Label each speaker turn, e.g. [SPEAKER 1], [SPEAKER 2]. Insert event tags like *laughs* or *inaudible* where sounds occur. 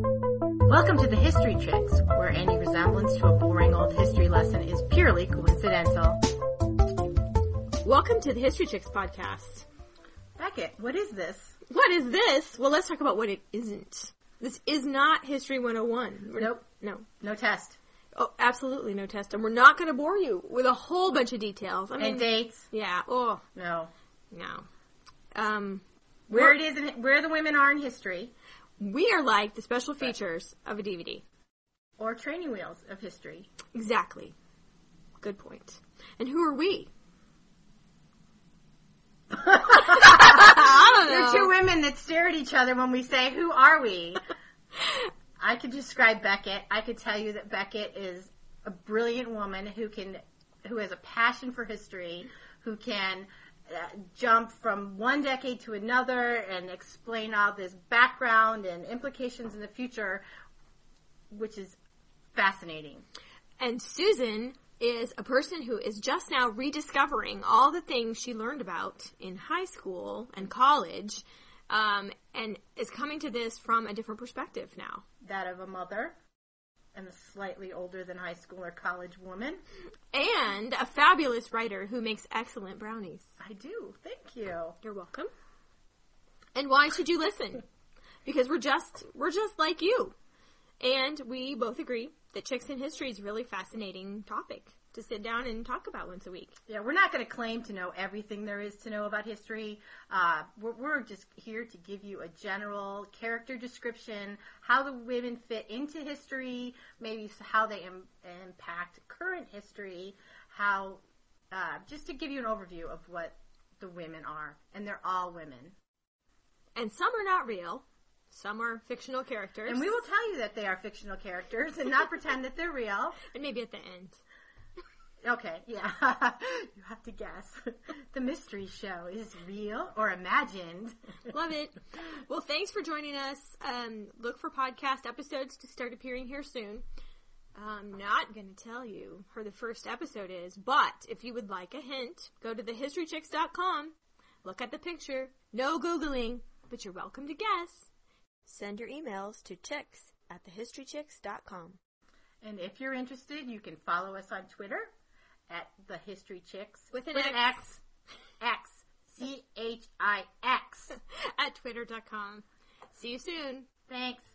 [SPEAKER 1] Welcome to the History Tricks, where any resemblance to a boring old history lesson is purely coincidental.
[SPEAKER 2] Welcome to the History Chicks podcast.
[SPEAKER 1] Beckett, what is this?
[SPEAKER 2] What is this? Well, let's talk about what it isn't. This is not History 101. We're-
[SPEAKER 1] Nope.
[SPEAKER 2] No.
[SPEAKER 1] No test.
[SPEAKER 2] Oh, absolutely no test. And we're not going to bore you with a whole bunch of details. I mean,
[SPEAKER 1] And dates?
[SPEAKER 2] yeah. Oh,
[SPEAKER 1] No.
[SPEAKER 2] no. Um,
[SPEAKER 1] Where it is, in, where the women are in history,
[SPEAKER 2] we are like the special features of a DVD.
[SPEAKER 1] or training wheels of history.
[SPEAKER 2] Exactly. Good point. And who are we? *laughs* I
[SPEAKER 1] There
[SPEAKER 2] don't
[SPEAKER 1] are
[SPEAKER 2] know.
[SPEAKER 1] two women that stare at each other when we say, who are we? I could describe Beckett. I could tell you that Beckett is a brilliant woman who can, who has a passion for history, who can uh, jump from one decade to another and explain all this background and implications in the future, which is fascinating.
[SPEAKER 2] And Susan is a person who is just now rediscovering all the things she learned about in high school and college, um, and is coming to this from a different perspective now.
[SPEAKER 1] That of a mother and a slightly older than high school or college woman.
[SPEAKER 2] And a fabulous writer who makes excellent brownies.
[SPEAKER 1] I do. Thank you.
[SPEAKER 2] You're welcome. And why should you listen? Because we're just we're just like you. And we both agree that chicks in history is a really fascinating topic to sit down and talk about once a week.
[SPEAKER 1] Yeah, we're not going to claim to know everything there is to know about history. Uh, we're, we're just here to give you a general character description, how the women fit into history, maybe s- how they Im- impact current history, how uh, just to give you an overview of what the women are, and they're all women.
[SPEAKER 2] And some are not real, some are fictional characters.
[SPEAKER 1] And we will tell you that they are fictional characters and not pretend that they're real.
[SPEAKER 2] And maybe at the end.
[SPEAKER 1] Okay, yeah. *laughs* you have to guess. the mystery show is real or imagined.
[SPEAKER 2] Love *laughs* it. Well, thanks for joining us. Um, look for podcast episodes to start appearing here soon. I'm not going to tell you where the first episode is, but if you would like a hint, go to thehistorychicks.com, look at the picture, no Googling, but you're welcome to guess. Send your emails to chicks at thehistorychicks.com.
[SPEAKER 1] And if you're interested, you can follow us on Twitter at the History Chicks
[SPEAKER 2] With an
[SPEAKER 1] X. X. C H I X.
[SPEAKER 2] At twitter.com. See you soon.
[SPEAKER 1] Thanks.